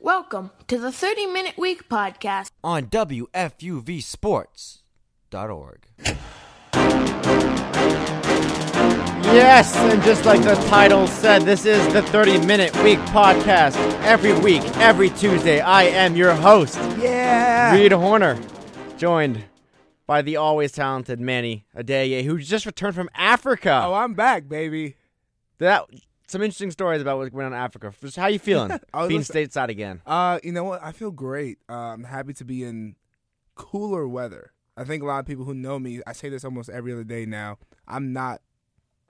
Welcome to the 30 Minute Week podcast. on WFUVSports.org. Yes, and just like the title said, this is the 30 Minute Week podcast. Every week, every Tuesday, I am your host, Yeah. Reed Horner, joined by the always talented Manny Adeye, who just returned from Africa. Oh, I'm back, baby. that some interesting stories about what went on in Africa. Just how you feeling? I was Being gonna stateside again. Uh, you know what? I feel great. Uh, I'm happy to be in cooler weather. I think a lot of people who know me, I say this almost every other day now. I'm not.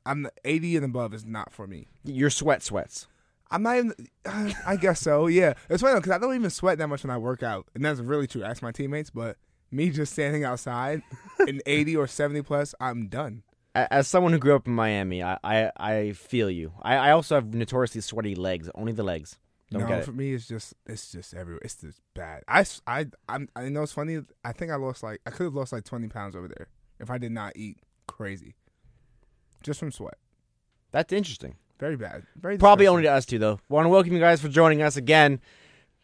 I'm 80 and above is not for me. Your sweat sweats. I'm not even. I guess so. Yeah, it's funny because I don't even sweat that much when I work out, and that's really true. Ask my teammates, but me just standing outside in 80 or 70 plus, I'm done. A- As someone who grew up in Miami, I I, I feel you. I, I also have notoriously sweaty legs, only the legs. Don't no, get it. for me, it's just it's just everywhere. It's just bad. I s- I I'm, I know it's funny. I think I lost like I could have lost like twenty pounds over there if I did not eat crazy, just from sweat. That's interesting. Very bad. Very Probably only depressing. to us two, though. Want to welcome you guys for joining us again.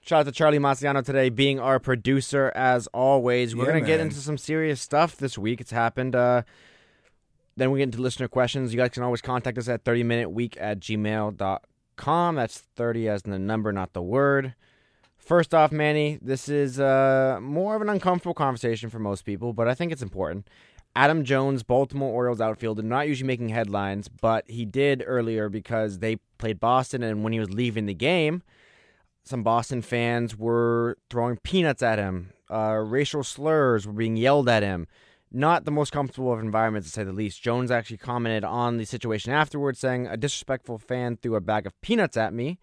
Shout out to Charlie Massiano today, being our producer as always. We're Yeah, gonna get man. into some serious stuff this week. It's happened. Uh, then we get into listener questions. You guys can always contact us at 30 minute week at gmail.com. That's 30 as in the number, not the word. First off, Manny, this is uh, more of an uncomfortable conversation for most people, but I think it's important. Adam Jones, Baltimore Orioles outfielder, not usually making headlines, but he did earlier because they played Boston, and when he was leaving the game, some Boston fans were throwing peanuts at him. Uh, racial slurs were being yelled at him. Not the most comfortable of environments, to say the least. Jones actually commented on the situation afterwards, saying, A disrespectful fan threw a bag of peanuts at me,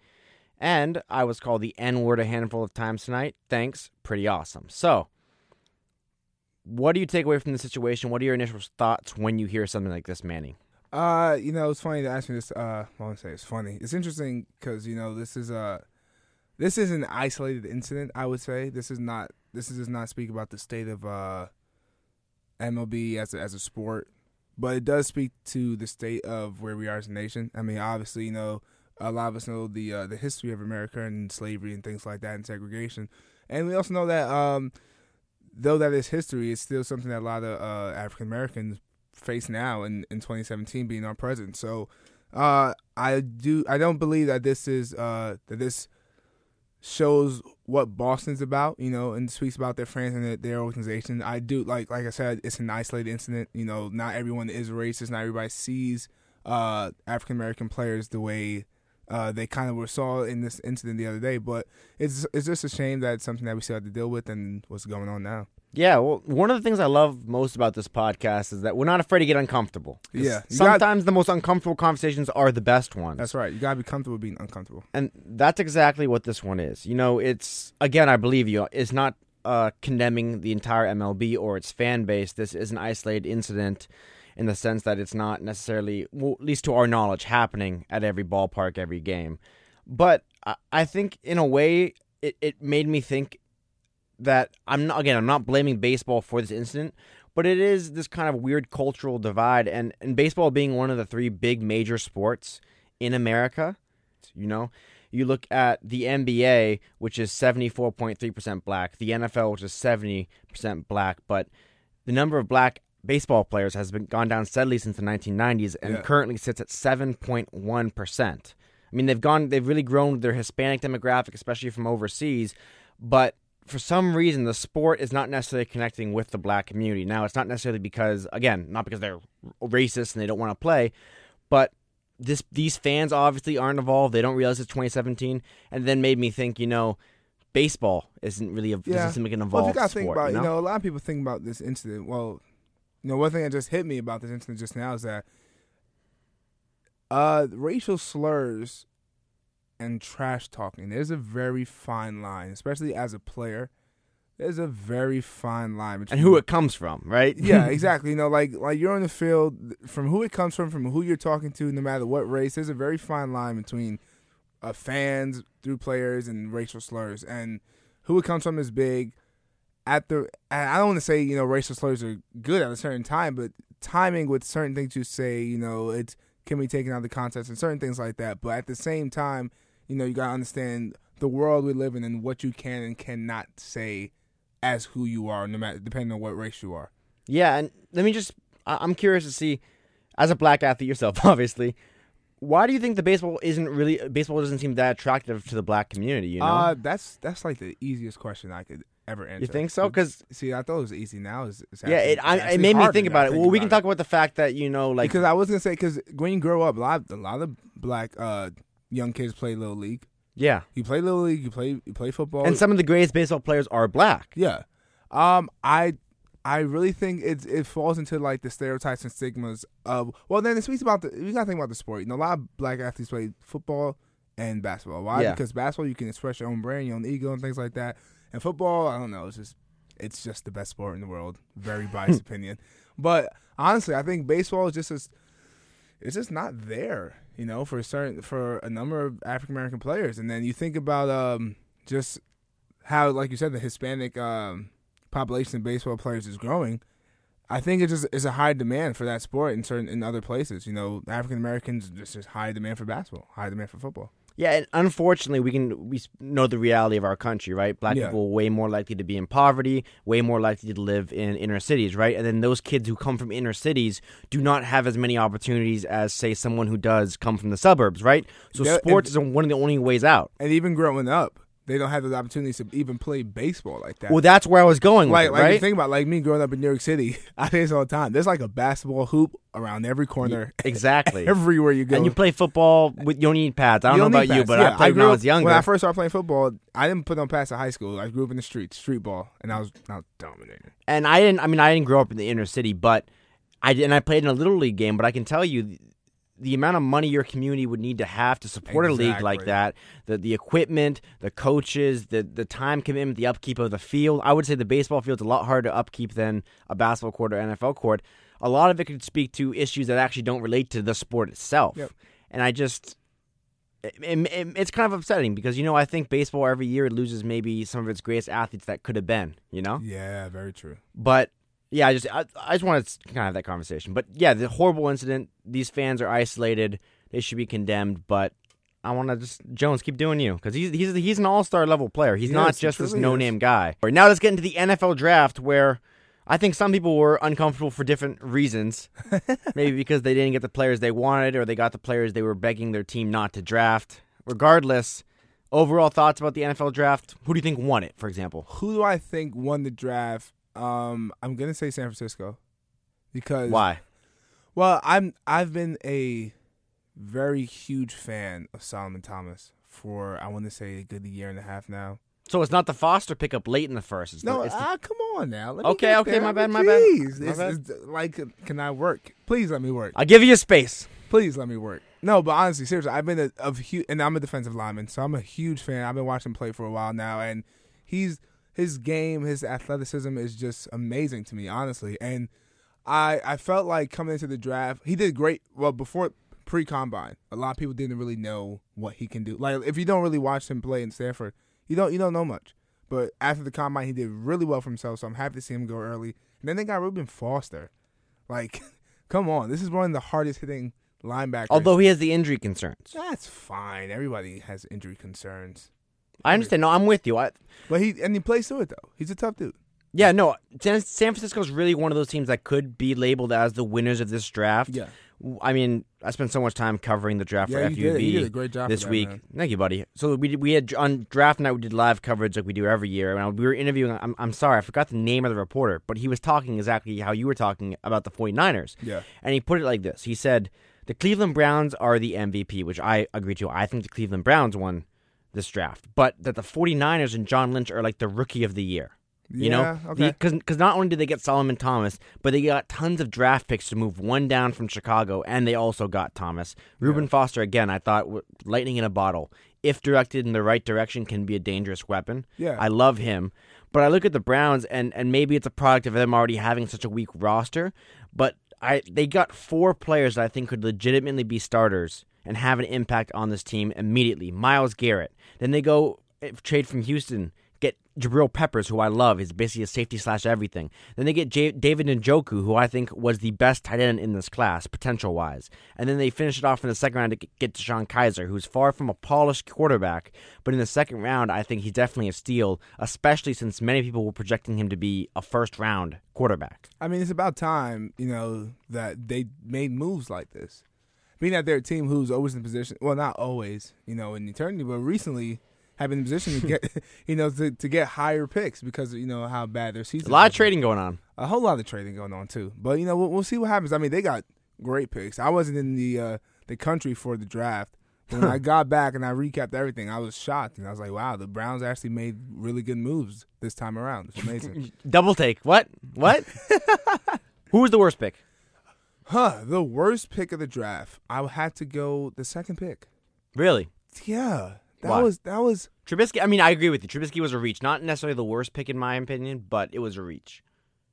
and I was called the N word a handful of times tonight. Thanks. Pretty awesome. So, what do you take away from the situation? What are your initial thoughts when you hear something like this, Manny? Uh, you know, it's funny to ask me this. Uh, I want to say it's funny. It's interesting because you know this is a this is an isolated incident. I would say this is not this does not speak about the state of uh MLB as a, as a sport, but it does speak to the state of where we are as a nation. I mean, obviously, you know, a lot of us know the uh, the history of America and slavery and things like that and segregation, and we also know that um though that is history, it's still something that a lot of uh, African Americans face now in, in 2017 being our president. So uh, I do I don't believe that this is uh, that this shows what Boston's about, you know, and speaks about their friends and their, their organization. I do like like I said, it's an isolated incident. You know, not everyone is racist. Not everybody sees uh, African American players the way. Uh, they kind of were saw in this incident the other day, but it's it's just a shame that it's something that we still have to deal with and what's going on now. Yeah, well, one of the things I love most about this podcast is that we're not afraid to get uncomfortable. 'Cause Yeah, you got- Sometimes the most uncomfortable conversations are the best ones. That's right. You gotta be comfortable being uncomfortable. and that's exactly what this one is. You know, it's again, I believe you. It's not uh, condemning the entire MLB or its fan base. This is an isolated incident in the sense that it's not necessarily, well, at least to our knowledge, happening at every ballpark, every game. But I, I think, in a way, it, it made me think that I'm not again I'm not blaming baseball for this incident, but it is this kind of weird cultural divide and and baseball being one of the three big major sports in America, you know, you look at the NBA which is 74.3% black, the NFL which is 70% black, but the number of black baseball players has been gone down steadily since the 1990s and Yeah. currently sits at 7.1%. I mean, they've gone, they've really grown their Hispanic demographic, especially from overseas. But for some reason, the sport is not necessarily connecting with the black community. Now, it's not necessarily because, again, not because they're racist and they don't want to play, but this these fans obviously aren't involved. They don't realize it's 2017, and then made me think, you know, baseball isn't really a, doesn't seem like an Well, if you involved gotta sport. think about, you know? you know, a lot of people think about this incident. Well, you know, one thing that just hit me about this incident just now is that uh, racial slurs and trash talking. There's a very fine line, especially as a player. There's a very fine line between and who it comes from, right? yeah, exactly. You know, like like you're on the field from who it comes from, from who you're talking to, no matter what race. There's a very fine line between uh, fans through players and racial slurs, and who it comes from is big. At the, and I don't want to say you know racial slurs are good at a certain time, but timing with certain things you say, you know, it can be taken out of the context and certain things like that. But at the same time, you know, you gotta understand the world we live in and what you can and cannot say as who you are, no matter depending on what race you are. Yeah, and let me just. I- I'm curious to see, as a black athlete yourself, obviously, why do you think the baseball isn't really baseball doesn't seem that attractive to the black community? You know, Uh, that's that's like the easiest question I could ever answer. you think so? Because see, I thought it was easy. Now is yeah, it I, it made me think about it. well, we can talk about the fact that you know, like because I was gonna say because when you grow up, a lot a lot of black uh young kids play little league. yeah, You play little league. You play you play football. and some of the greatest baseball players are black. Yeah. Um I I really think it's it falls into like the stereotypes and stigmas of well then it speaks about the we gotta think about the sport. You know, a lot of black athletes play football and basketball. Why? Yeah. Because basketball you can express your own brand, your own ego and things like that. And football, I don't know, it's just it's just the best sport in the world. Very biased opinion. But honestly, I think baseball is just as it's just not there, you know, for certain for a number of African American players. And then you think about um just how, like you said, the Hispanic um, population of baseball players is growing. I think it just is a high demand for that sport in certain in other places. You know, African Americans just just high demand for basketball, high demand for football. Yeah, and unfortunately, we can we s- know the reality of our country, right? Black Yeah. people are way more likely to be in poverty, way more likely to live in inner cities, right? And then those kids who come from inner cities do not have as many opportunities as, say, someone who does come from the suburbs, right? So Yeah, sports if- is one of the only ways out. And even growing up, they don't have those opportunities to even play baseball like that. Well, that's where I was going, with like, it, like you right? think about like me growing up in New York City, I say this all the time. There's like a basketball hoop around every corner, exactly. everywhere you go. and you play football with you don't need pads. I don't, You know about need you, pads. but Yeah, I played grew when I up- was younger. When I first started playing football, I didn't put on pads in high school. I grew up in the streets, street ball, and I was I was dominating. and I didn't. I mean, I didn't grow up in the inner city, but I did, and I played in a little league game. But I can tell you, the, the amount of money your community would need to have to support a league like Exactly. that, the the equipment, the coaches, the the time commitment, the upkeep of the field. I would say the baseball field's a lot harder to upkeep than a basketball court or NFL court. A lot of it could speak to issues that actually don't relate to the sport itself. Yep. And I just. it- it- it's kind of upsetting because you know I think baseball every year loses maybe some of its greatest athletes that could have been you know Yeah, very true. but yeah, I just I, I just wanted to kind of have that conversation. But yeah, the horrible incident. These fans are isolated. They should be condemned. But I want to just Jones keep doing you because he's he's he's an all star level player. He's He not is, he just this truly no name guy. All right, now let's get into the NFL draft where. I think some people were uncomfortable for different reasons. Maybe because they didn't get the players they wanted or they got the players they were begging their team not to draft. Regardless, overall thoughts about the NFL draft. Who do you think won it, for example? Who do I think won the draft? Um, I'm gonna say San Francisco because Why? Well, I'm I've been a very huge fan of Solomon Thomas for I want to say a good year and a half now. So it's not the Foster pickup late in the first. It's No, the, it's the- ah, come on now. Let me Okay, get okay, there. my I bad, mean, my bad. Please, My It's- bad. it's like, can I work? Please let me work. I'll give you space. please let me work. No, but honestly, seriously, I've been a, of huge, and I'm a defensive lineman, so I'm a huge fan. I've been watching him play for a while now, and he's his game, his athleticism is just amazing to me, honestly. And I I felt like coming into the draft, he did great. Well, before pre combine, a lot of people didn't really know what he can do. Like if you don't really watch him play in Stanford, you don't you don't know much. But after the combine, he did really well for himself, so I'm happy to see him go early. And then they got Ruben Foster. Like, come on, this is one of the hardest hitting linebackers. Although he has the injury concerns, that's fine. Everybody has injury concerns, I understand. No, I'm with you. I, but he and he plays through it though. He's a tough dude. yeah, no. San, San Francisco's really one of those teams that could be labeled as the winners of this draft. Yeah. W- I mean, I spent so much time covering the draft Yeah, for you did it. FUV You did a great job for this that, week. man. Thank you, buddy. So we did, we had on draft night we did live coverage like we do every year, and I- we were interviewing. I'm, I'm sorry, I forgot the name of the reporter, but he was talking exactly how you were talking about the 49ers. Yeah. And he put it like this. He said, "The Cleveland Browns are the MVP," which I agree to. I think the Cleveland Browns won this draft, but that the 49ers and John Lynch are like the rookie of the year. You Yeah, know, okay. because not only did they get Solomon Thomas, but they got tons of draft picks to move one down from Chicago, and they also got Thomas. Reuben Foster again, I thought w- lightning in a bottle. If directed in the right direction, can be a dangerous weapon. Yeah. I love him, but I look at the Browns, and and maybe it's a product of them already having such a weak roster, but I they got four players that I think could legitimately be starters and have an impact on this team immediately. Miles Garrett. Then they go eh, trade from Houston, get Jabril Peppers, who I love. He's basically a safety slash everything. Then they get J- David Njoku, who I think was the best tight end in this class, potential wise. And then they finish it off in the second round to g- get Deshaun Kaiser, who's far from a polished quarterback. But in the second round, I think he's definitely a steal, especially since many people were projecting him to be a first round quarterback. I mean, it's about time, you know, that they made moves like this. Being that they're a team who's always in position, well, not always, you know, in eternity, but recently have been in position to get, you know, to, to get higher picks because, you know, how bad their season A lot of was. trading going on. A whole lot of trading going on, too. But, you know, we'll, we'll see what happens. I mean, they got great picks. I wasn't in the uh, the country for the draft. But when I got back and I recapped everything, I was shocked. And I was like, wow, the Browns actually made really good moves this time around. It's amazing. Double take. What? What? who was the worst pick? Huh, the worst pick of the draft. I had to go the second pick. Really? Yeah. That Why? was that was Trubisky. I mean, I agree with you. Trubisky was a reach. Not necessarily the worst pick in my opinion, but it was a reach.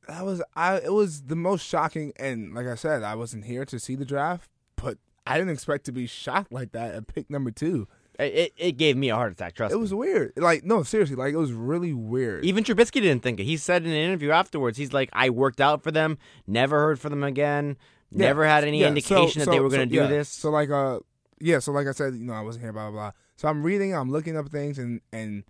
that was I it was the most shocking and like I said, I wasn't here to see the draft, but I didn't expect to be shocked like that at pick number 2. It, it, it gave me a heart attack. Trust It me. was weird. Like no, seriously, like it was really weird. Even Trubisky didn't think it. He said in an interview afterwards, he's like, "I worked out for them. Never heard from them again. Yeah. Never had any Yeah, indication so- that they so- were going so, to yeah. do this." So like uh yeah, so like I said, you know, I wasn't here, blah blah blah. So I'm reading, I'm looking up things and and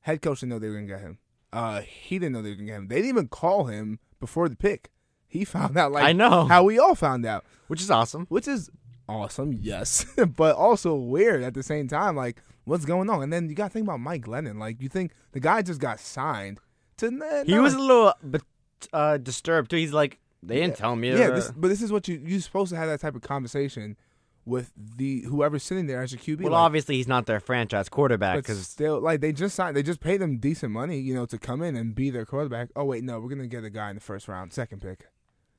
head coach didn't know they were gonna get him. Uh he didn't know they were gonna get him. They didn't even call him before the pick. He found out like I know. how we all found out. which is awesome. Which is awesome, yes. but also weird at the same time, like what's going on? And then you gotta think about Mike Lennon. Like you think the guy just got signed to He was a little but, uh, disturbed too. He's like, "They didn't tell me." Yeah, uh, this, but this is what you you're supposed to have that type of conversation with the whoever's sitting there as your QB. well, like, obviously he's not their franchise quarterback but because still, like they just signed, they just paid them decent money, you know, to come in and be their quarterback. Oh wait, no, we're gonna get a guy in the first round, second pick.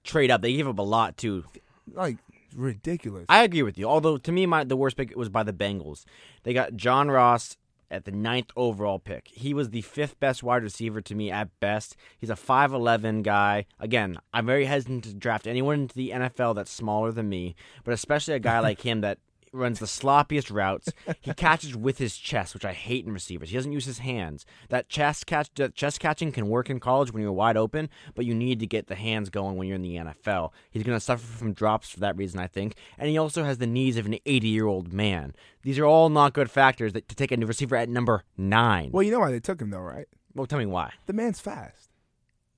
trade up. They gave up a lot too. Like ridiculous. I agree with you. Although to me, my the worst pick was by the Bengals. They got John Ross at the ninth overall pick. He was the fifth best wide receiver to me at best. He's a five eleven guy. Again, I'm very hesitant to draft anyone into the NFL that's smaller than me, but especially a guy like him that runs the sloppiest routes. He catches with his chest, which I hate in receivers. He doesn't use his hands. That chest catch, that chest catching can work in college when you're wide open, but you need to get the hands going when you're in the NFL. He's going to suffer from drops for that reason, I think. And he also has the knees of an 80 year old man. These are all not good factors that, to take a new receiver at number nine. well, you know why they took him though, right? Well, tell me why. The man's fast.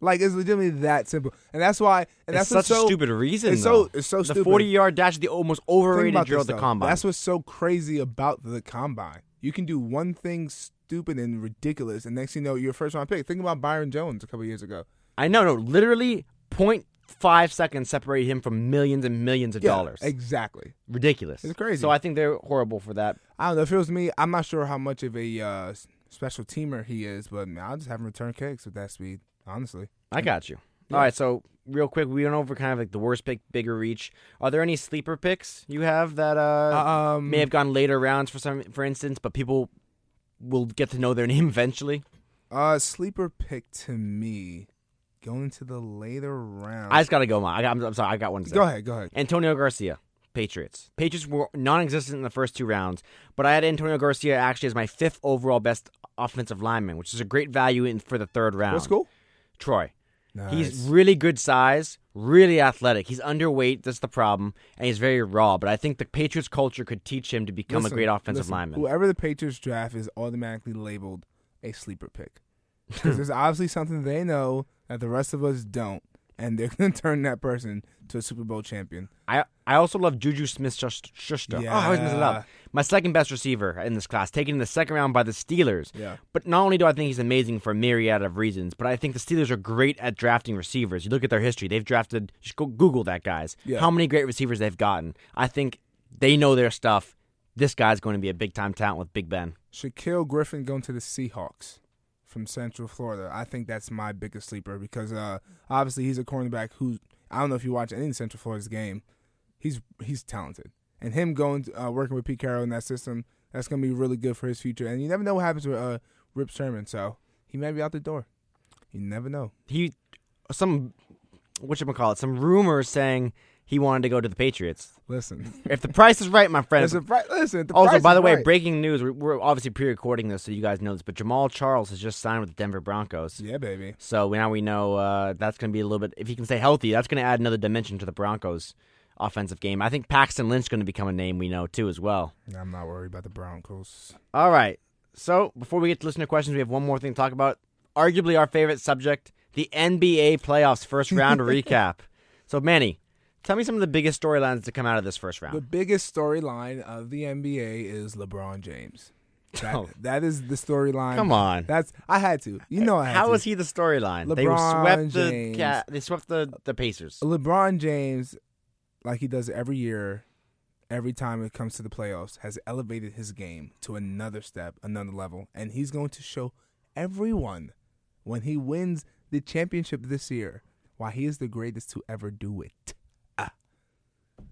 Like it's legitimately that simple, and that's why. And That's such that's what's so, a stupid reason. it's so- though. it's so The stupid. 40 yard dash is the most Think overrated about drill this, of the though. combine. That's what's so crazy about the combine. You can do one thing stupid and ridiculous, and next thing you know, you're a first round pick. Think about Byron Jones a couple years ago. I know, no, literally 0.5 seconds separated him from millions and millions of dollars. Exactly. Ridiculous. It's crazy. So I think they're horrible for that. I don't know if it was me. I'm not sure how much of a uh, s- special teamer he is, but man, I'll just have him return kicks with that speed. Honestly, I got you. All right, so real quick, we went over kind of like the worst pick, bigger reach. Are there any sleeper picks you have that uh, um, may have gone later rounds for some, for instance, but people will get to know their name eventually? uh, sleeper pick to me going to the later round. I just got to go. Ma. I got, I'm, I'm sorry, I got one. to say. go ahead, go ahead. Antonio Garcia, Patriots. Patriots were non-existent in the first two rounds, but I had Antonio Garcia actually as my fifth overall best offensive lineman, which is a great value in for the third round. What school? Troy. Nice. He's really good size, really athletic. He's underweight. That's the problem, and he's very raw. But I think the Patriots culture could teach him to become a Listen, great offensive listen, lineman. Whoever the Patriots draft is automatically labeled a sleeper pick because there's obviously something they know that the rest of us don't, and they're going to turn that person to a Super Bowl champion. I I also love Juju Smith Schuster. Oh, I always mess it Yeah. up. My second best receiver in this class, taken in the second round by the Steelers. Yeah. But not only do I think he's amazing for a myriad of reasons, but I think the Steelers are great at drafting receivers. You look at their history; they've drafted. Just go Google that, guys. Yeah. How many great receivers they've gotten? I think they know their stuff. This guy's going to be a big time talent with Big Ben. Shaquille Griffin going to the Seahawks from Central Florida. I think that's my biggest sleeper because uh, obviously he's a cornerback who I don't know if you watch any of Central Florida's game. He's he's talented, and him going to, uh, working with Pete Carroll in that system that's going to be really good for his future. And you never know what happens with uh, Rip Sherman, so he may be out the door. You never know. he some what you call it some rumors saying he wanted to go to the Patriots. Listen, If the price is right, my friend. it's a pri- listen. The also, price by is the way, right. breaking news. We're, we're obviously pre-recording this, so you guys know this, but Jamal Charles has just signed with the Denver Broncos. Yeah, baby. So now we know uh, that's going to be a little bit. If he can stay healthy, that's going to add another dimension to the Broncos' offensive game. I think Paxton Lynch going to become a name we know too as well. I'm not worried about the Broncos. All right. So before we get to listener questions, we have one more thing to talk about. Arguably our favorite subject: the NBA playoffs first round recap. So Manny, tell me some of the biggest storylines to come out of this first The round. biggest storyline of the NBA is LeBron James. That, Oh. that is the storyline. Come on. That's I had to. You know I had How to. was he the storyline? They LeBron swept the James. cat. They swept the the Pacers. LeBron James, like he does every year, every time it comes to the playoffs, has elevated his game to another step, another level, and he's going to show everyone when he wins the championship this year why he is the greatest to ever do it. Ah.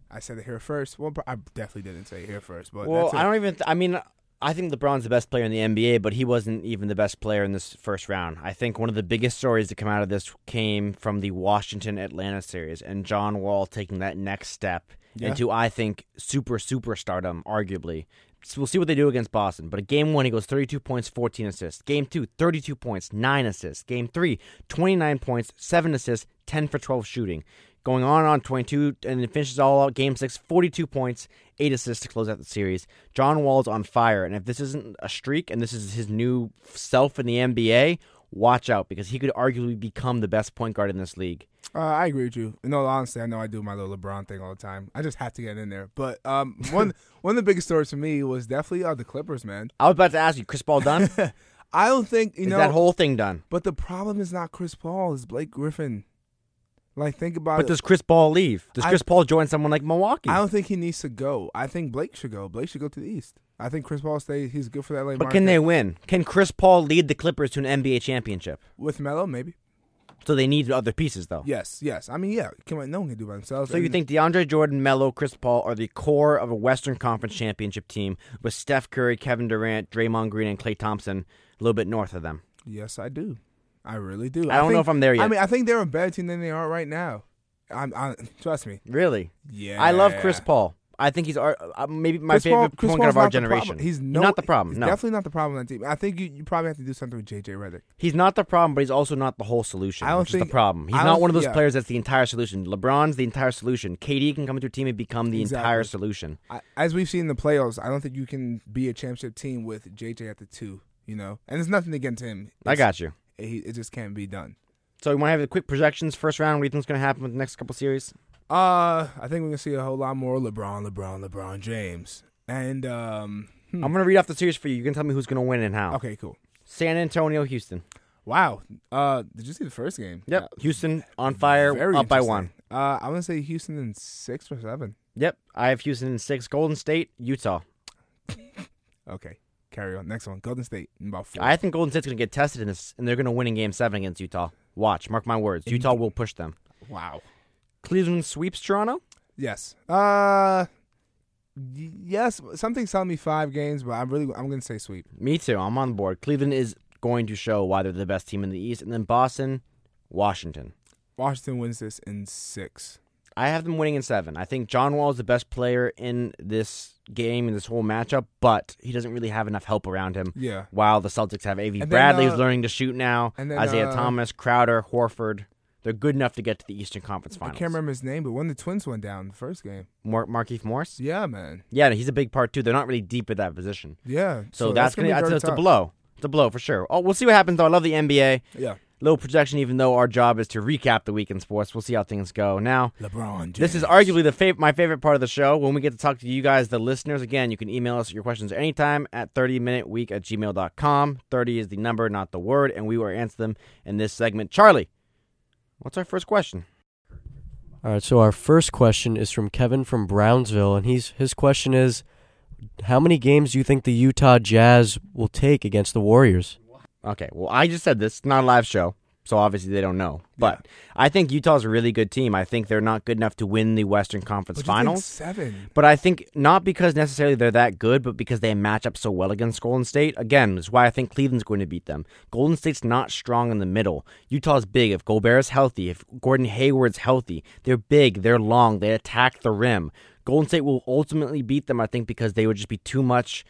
I said it here first. Well, I definitely didn't say it here first, but Well, that's it. I don't even. Th- I mean, I think LeBron's the best player in the NBA, but he wasn't even the best player in this first round. I think one of the biggest stories to come out of this came from the Washington Atlanta series and John Wall taking that next step Yeah. into, I think, super superstardom. Arguably, so we'll see what they do against Boston. But at game one, he goes 32 points, 14 assists. Game two, 32 points, nine assists. Game three, 29 points, seven assists, 10 for 12 shooting. Going on and on, 22, and it finishes all out. Game six, 42 points, eight assists to close out the series. John Wall's on fire, and if this isn't a streak and this is his new self in the NBA, watch out because he could arguably become the best point guard in this league. Uh, I agree with you. No, honestly, I know I do my little LeBron thing all the time. I just have to get in there. But um, one one of the biggest stories for me was definitely uh, the Clippers, man. I was about to ask you, Chris Paul done? is I don't think you know. that whole thing done? but the problem is not Chris Paul; it's Blake Griffin. Like, think about But it. does Chris Paul leave? Does I- Chris Paul join someone like Milwaukee? I don't think he needs to go. I think Blake should go. Blake should go to the East. I think Chris Paul stays. He's good for that LA But market. can they win? Can Chris Paul lead the Clippers to an NBA championship? with Melo? Maybe. So they need other pieces, though. Yes. Yes. I mean, yeah. Can no one can do by themselves. Oh. So you And- think DeAndre Jordan, Melo, Chris Paul are the core of a Western Conference championship team with Steph Curry, Kevin Durant, Draymond Green, and Clay Thompson a little bit north of them? Yes, I do. I really do. I don't know think- if I'm there I yet. mean, I think they're a better team than they are right now. I'm. I, trust me. Really? Yeah, I love Chris Paul. I think he's our, uh, maybe my Chris favorite Paul- Chris point guard Paul's of our not the problem. generation. he's no, not the problem. He's no, definitely not the problem on that team. I think you, you probably have to do something with JJ Redick. He's not the problem, but he's also not the whole solution. I don't which is the think- problem. He's I not don't- one of those yeah. players that's the entire solution. LeBron's the entire solution. KD can come into a team and become the entire Exactly. solution. I, as we've seen in the playoffs, I don't think you can be a championship team with JJ at the two. You know, and there's nothing against him. I It's- got you. He, it just can't be done. So you want to have the quick projections first round? What do you think's going to happen with the next couple series? Uh, I think we're gonna see a whole lot more LeBron, LeBron, LeBron James, and um. hmm. I'm going to read off the series for you. You can tell me who's going to win and how. Okay, cool. San Antonio, Houston. Wow. Uh, did you see the first game? Yep. Houston on fire, Very up by interesting. one. Uh, I'm gonna say Houston in six or seven. Yep. I have Houston in six. Golden State, Utah. Okay, carry on. Next one, Golden State in about four. I think Golden State's going to get tested in this, and they're going to win in Game Seven against Utah. Watch, mark my words. Utah will push them. wow. Cleveland sweeps Toronto. Yes. Uh, y- yes. Something's telling me five games, but I'm really I'm gonna say sweep. Me too. I'm on board. Cleveland is going to show why they're the best team in the East, and then Boston, Washington. Washington wins this in six. I have them winning in seven. I think John Wall is the best player in this game in this whole matchup, but he doesn't really have enough help around him. Yeah. While the Celtics have Avery And then, Bradley, who's uh, learning to shoot now, and then, Isaiah uh, Thomas, Crowder, Horford. They're good enough to get to the Eastern Conference I Finals. can't remember his name, but when the Twins went down the first game. Mar- Markeith Morris. Yeah, man. Yeah, he's a big part too. They're not really deep at that position, Yeah. so, that's, gonna. be that's, very it's a tough. blow. It's a blow for sure. Oh, we'll see what happens though. I love the NBA. Yeah. little projection, even though our job is to recap the week in sports. We'll see how things go. Now, LeBron. James. this is arguably the fav- my favorite part of the show. When we get to talk to you guys, the listeners, again, you can email us your questions anytime at 30minuteweek at gmail.com. 30 is the number, not the word, and we will answer them in this segment. Charlie, what's our first question? All right, so our first question is from Kevin from Brownsville, and he's his question is, how many games do you think the Utah Jazz will take against the Warriors? Okay, well, I just said this. It's not a live show. So obviously they don't know. But I think Utah's a really good team. I think they're not good enough to win the Western Conference But you think Finals. seven. But I think not because necessarily they're that good, but because they match up so well against Golden State. Again, is why I think Cleveland's going to beat them. Golden State's not strong in the middle. Utah's big. If Gobert is healthy, if Gordon Hayward's healthy, they're big, they're long, they attack the rim. Golden State will ultimately beat them, I think, because they would just be too much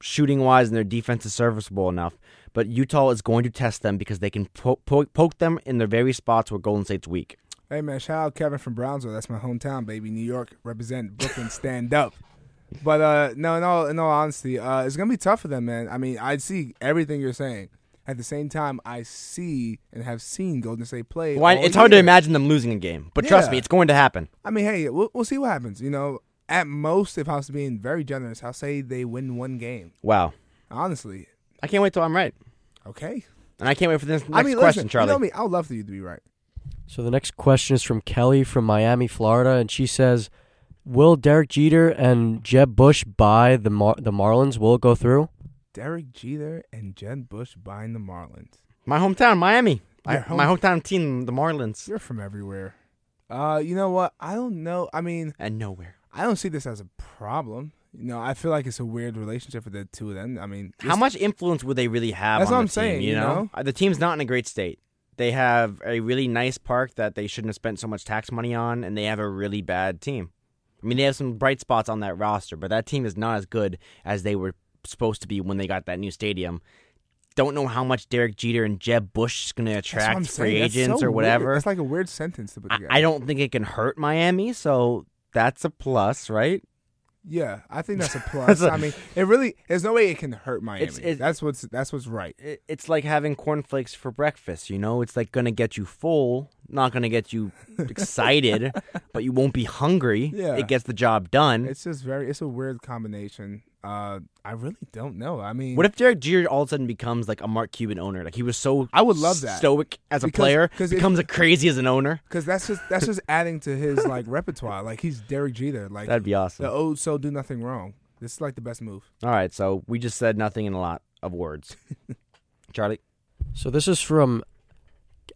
shooting wise and their defense is serviceable enough. But Utah is going to test them because they can po- po- poke them in the very spots where Golden State's weak. Hey man, shout out Kevin from Brownsville. That's my hometown, baby. New York, represent Brooklyn, stand up. But uh, no, in all in all honesty, uh, it's gonna be tough for them, man. I mean, I see everything you're saying. At the same time, I see and have seen Golden State play. Why, all it's hard to year. imagine them losing a game, but trust Yeah. me, it's going to happen. I mean, hey, we'll, we'll see what happens. You know, at most, if I was being very generous, I'll say they win one game. Wow. Honestly, I can't wait till I'm right. okay. And I can't wait for this next I mean, question, listen, Charlie. You know me. I would love for you to be right. So the next question is from Kelly from Miami, Florida, and she says, "Will Derek Jeter and Jeb Bush buy the Mar- the Marlins? Will it go through?" Derek Jeter and Jed Bush buying the Marlins. my hometown, Miami. I, Your home- My hometown team, the Marlins. You're from everywhere. Uh, you know what? I don't know. I mean, And nowhere. I don't see this as a problem. You know, I feel like it's a weird relationship for the two of them. I mean, How this- much influence would they really have That's on what the I'm team, saying, you you know? know? Uh, The team's not in a great state. They have a really nice park that they shouldn't have spent so much tax money on, and they have a really bad team. I mean, they have some bright spots on that roster, but that team is not as good as they were supposed to be when they got that new stadium. Don't know how much Derek Jeter and Jeb Bush is going to That's what I'm attract free saying. That's so agents or weird. whatever. That's like a weird sentence to put I, together. I don't think it can hurt Miami, so that's a plus, right? Yeah, I think that's a That's plus. a- I mean, it really. There's no way it can hurt Miami. It's- it's- that's what's that's what's right. It, it's like having cornflakes for breakfast, you know? It's like going to get you full, not going to get you excited, but you won't be hungry. Yeah. It gets the job done. It's just very. It's a weird combination. Uh, I really don't know. I mean, what if Derek Jeter all of a sudden becomes like a Mark Cuban owner? Like he was so I would love that. stoic as a Because- player, 'cause if- becomes a crazy as an owner. Because that's just that's just adding to his like repertoire. Like he's Derek Jeter. Like That'd be awesome. the old so do nothing wrong. This is like the best move. All right, so we just said nothing in a lot of words. Charlie, So this is from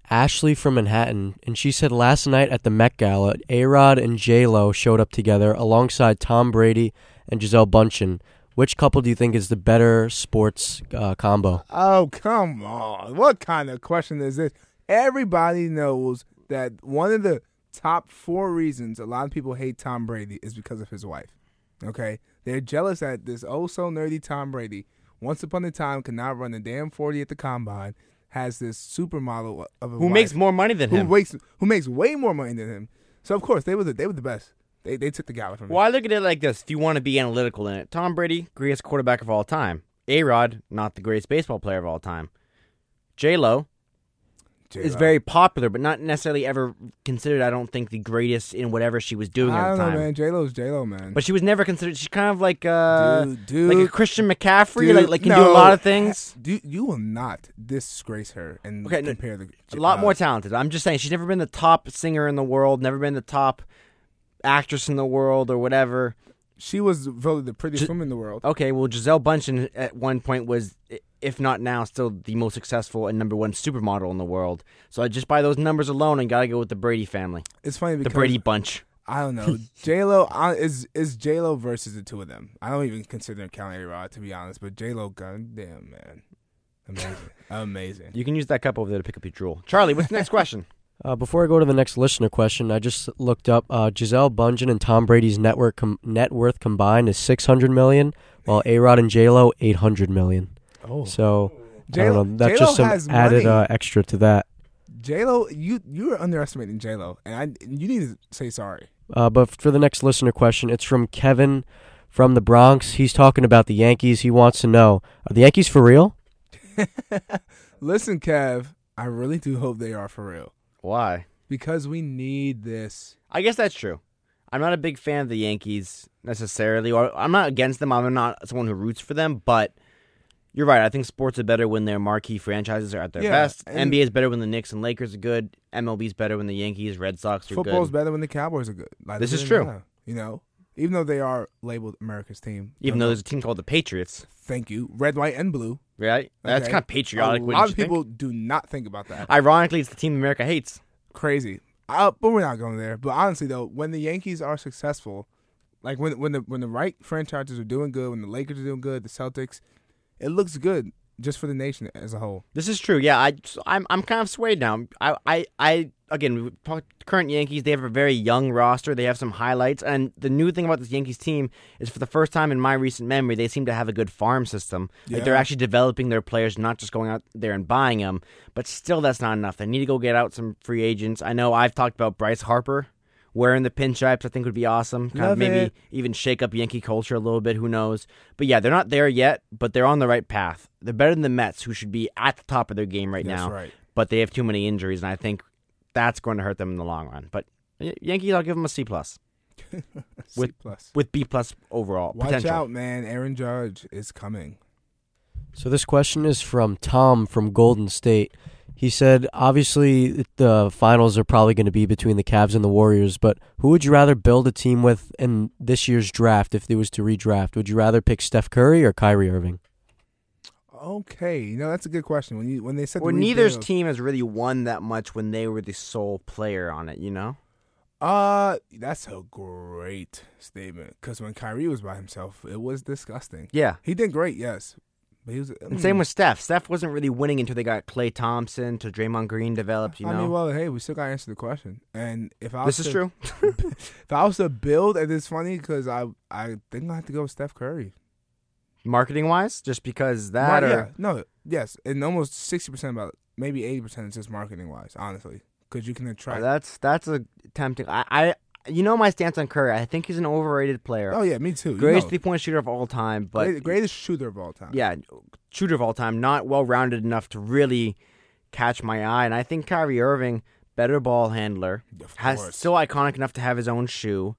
Ashley from Manhattan, and she said last night at the Met Gala, A Rod and J Lo showed up together alongside Tom Brady and Giselle Bundchen. Which couple do you think is the better sports uh, combo? Oh come on! What kind of question is this? Everybody knows that one of the top four reasons a lot of people hate Tom Brady is because of his wife. Okay, they're jealous that this oh so nerdy Tom Brady, once upon a time, could not run a damn forty at the combine, has this supermodel of a who makes wife more money than who him? makes who makes way more money than him. So of course they were the, they were the best. They they took the gala from him. Well, I look at it like this. If you want to be analytical in it, Tom Brady, greatest quarterback of all time. A Rod, not the greatest baseball player of all time. J Lo J-Lo. is very popular, but not necessarily ever considered, I don't think, the greatest in whatever she was doing I at don't the know, time. man. J Lo's J Lo, man. But she was never considered. She's kind of like uh, Dude, dude. like a Christian McCaffrey, Dude, like, like can do no. a lot of things. Do, you will not disgrace her and Okay, no, compare the A lot uh, more talented. I'm just saying she's never been the top singer in the world, never been the top actress in the world or whatever. She was voted the prettiest Ju- Oh, woman in the world. Okay, well, Giselle Bundchen at one point was, i- if not now, still the most successful and number one supermodel in the world. So I just by those numbers alone, I gotta go with the Brady family, It's funny the because Brady bunch. I don't know J Lo is is J Lo versus the two of them. I don't even consider counting A Rod to be honest, but J Lo, goddamn man, amazing, amazing. You can use that cup over there to pick up your drool. Charlie, what's the next question? Uh, before I go to the next listener question, I just looked up uh, Giselle Bundchen and Tom Brady's network com- net worth combined is six hundred million, while A Rod and J Lo eight hundred million. Oh, So I J-Lo- don't know. That's J-Lo just some has added money. uh, extra to that. J Lo, you you are underestimating J Lo, and I you need to say sorry. Uh, but for the next listener question, it's from Kevin from the Bronx. He's talking about the Yankees. He wants to know are the Yankees for real? Listen, Kev, I really do hope they are for real Why? because we need this. I guess that's true. I'm not a big fan of the Yankees necessarily, or I'm not against them. I'm not someone who roots for them, but you're right. I think sports are better when their marquee franchises are at their Yeah, best. and- NBA is better when the Knicks and Lakers are good. MLB is better when the Yankees, Red Sox are Football's good. better when the Cowboys are good. Like, This it is doesn't true. matter, you know, even though they are labeled America's team. Even Don't though know. there's a team called the Patriots, thank you, red, white, and blue. right? That's Okay. kind of patriotic. A wouldn't lot you of think? people do not think about that. Ironically, it's the team America hates. Crazy, uh, but we're not going there. But honestly, though, when the Yankees are successful, like when when the when the right franchises are doing good, when the Lakers are doing good, the Celtics, it looks good just for the nation as a whole. This is true. Yeah, I, I'm I'm kind of swayed now. I I, I again, we talked- current Yankees they have a very young roster. They have some highlights, and the new thing about this Yankees team is for the first time in my recent memory, they seem to have a good farm system. Like they're Yeah. actually developing their players, not just going out there and buying them. But still, that's not enough. They need to go get out some free agents. I know I've talked about Bryce Harper. Wearing the pinstripes, I think would be awesome. Kind of Love maybe it. even shake up Yankee culture a little bit. Who knows? But yeah, they're not there yet, but they're on the right path. They're better than the Mets, who should be at the top of their game right That's now. right. But they have too many injuries, and I think that's going to hurt them in the long run. But Y- Yankees, I'll give them a C plus C With- plus. with B plus overall Watch potential. out, man! Aaron Judge is coming. So this question is from Tom from Golden State. He said, obviously, the finals are probably going to be between the Cavs and the Warriors, but who would you rather build a team with in this year's draft if there was to redraft? Would you rather pick Steph Curry or Kyrie Irving? Okay, you know that's a good question. When you when they said Well, the neither's rebuild- team has really won that much when they were the sole player on it. You know, Uh, that's a great statement. Because when Kyrie was by himself, it was disgusting. yeah. He did great, yes, but he was. And mm. same with Steph. Steph wasn't really winning until they got Clay Thompson to Draymond Green developed. You know, I mean, well, hey, we still got to answer the question, and if I was this is to- true. If I was to build, and it's funny because I I think I have to go with Steph Curry. Marketing wise, just because Mar- that or yeah, no, yes, and almost sixty percent about maybe eighty percent is just marketing wise, honestly, because you can Oh, attract. that's that's a tempting. I, I you know my stance on Curry. I think he's an overrated player. oh yeah, me too. You greatest know, three point shooter of all time, but great- greatest shooter of all time. yeah, shooter of all time. Not well rounded enough to really catch my eye. And I think Kyrie Irving, better ball handler, of has course. still iconic enough to have his own shoe.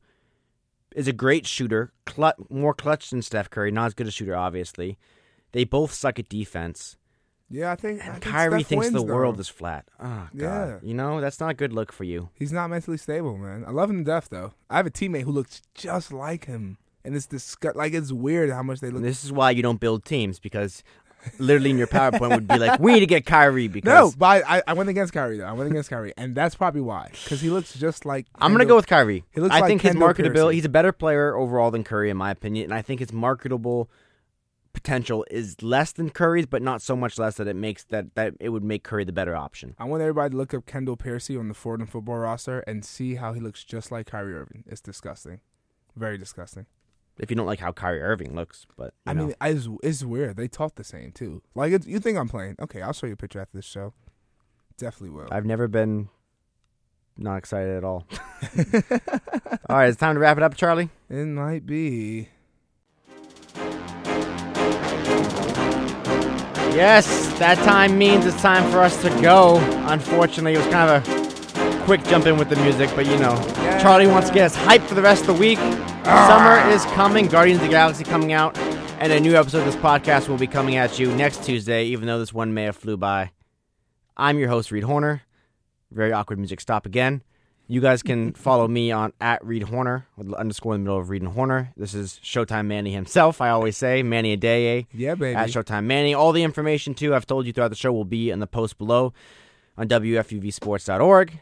Is a great shooter, clut, more clutch than Steph Curry. Not as good a shooter, obviously. They both suck at defense. yeah, I think. I And think Kyrie Steph thinks wins, the though. world is flat. Oh, God. Yeah. You know, that's not a good look for you. He's not mentally stable, man. I love him to death, though. I have a teammate who looks just like him, and it's disgust. Like it's weird how much they look. This is why you don't build teams because literally in your PowerPoint would be like, we need to get Kyrie No, because but I, I went against Kyrie though. I went against Kyrie, and that's probably why, because he looks just like. I'm gonna Kendall- go with Kyrie. He looks I like think his Kendall marketability. Pearson. He's a better player overall than Curry in my opinion, and I think his marketable potential is less than Curry's, but not so much less that it makes that that it would make Curry the better option. I want everybody to look up Kendall Piercy on the Fordham football roster and see how he looks just like Kyrie Irving. It's disgusting, very disgusting. If you don't like how Kyrie Irving looks, but you I know. mean, it's, it's weird. They talk the same too. Like it's, you think I'm playing? Okay, I'll show you a picture after this show. Definitely will. I've never been not excited at all. all right, it's time to wrap it up, Charlie. It might be. Yes, that time means it's time for us to go. Unfortunately, it was kind of a quick jump in with the music, but you know, Charlie wants to get us hyped for the rest of the week. Summer is coming, Guardians of the Galaxy coming out, and a new episode of this podcast will be coming at you next Tuesday, even though this one may have flew by. I'm your host, Reed Horner. Very awkward music stop again. You guys can follow me on at Reed Horner with underscore in the middle of Reed and Horner. This is Showtime Manny himself. I always say Manny a day. Yeah, baby. At Showtime Manny. All the information, too, I've told you throughout the show will be in the post below on WFUVSports.org.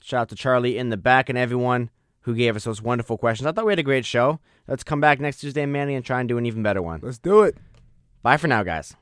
Shout out to Charlie in the back and everyone who gave us those wonderful questions. I thought we had a great show. Let's come back next Tuesday, Manny, and try and do an even better one. Let's do it. Bye for now, guys.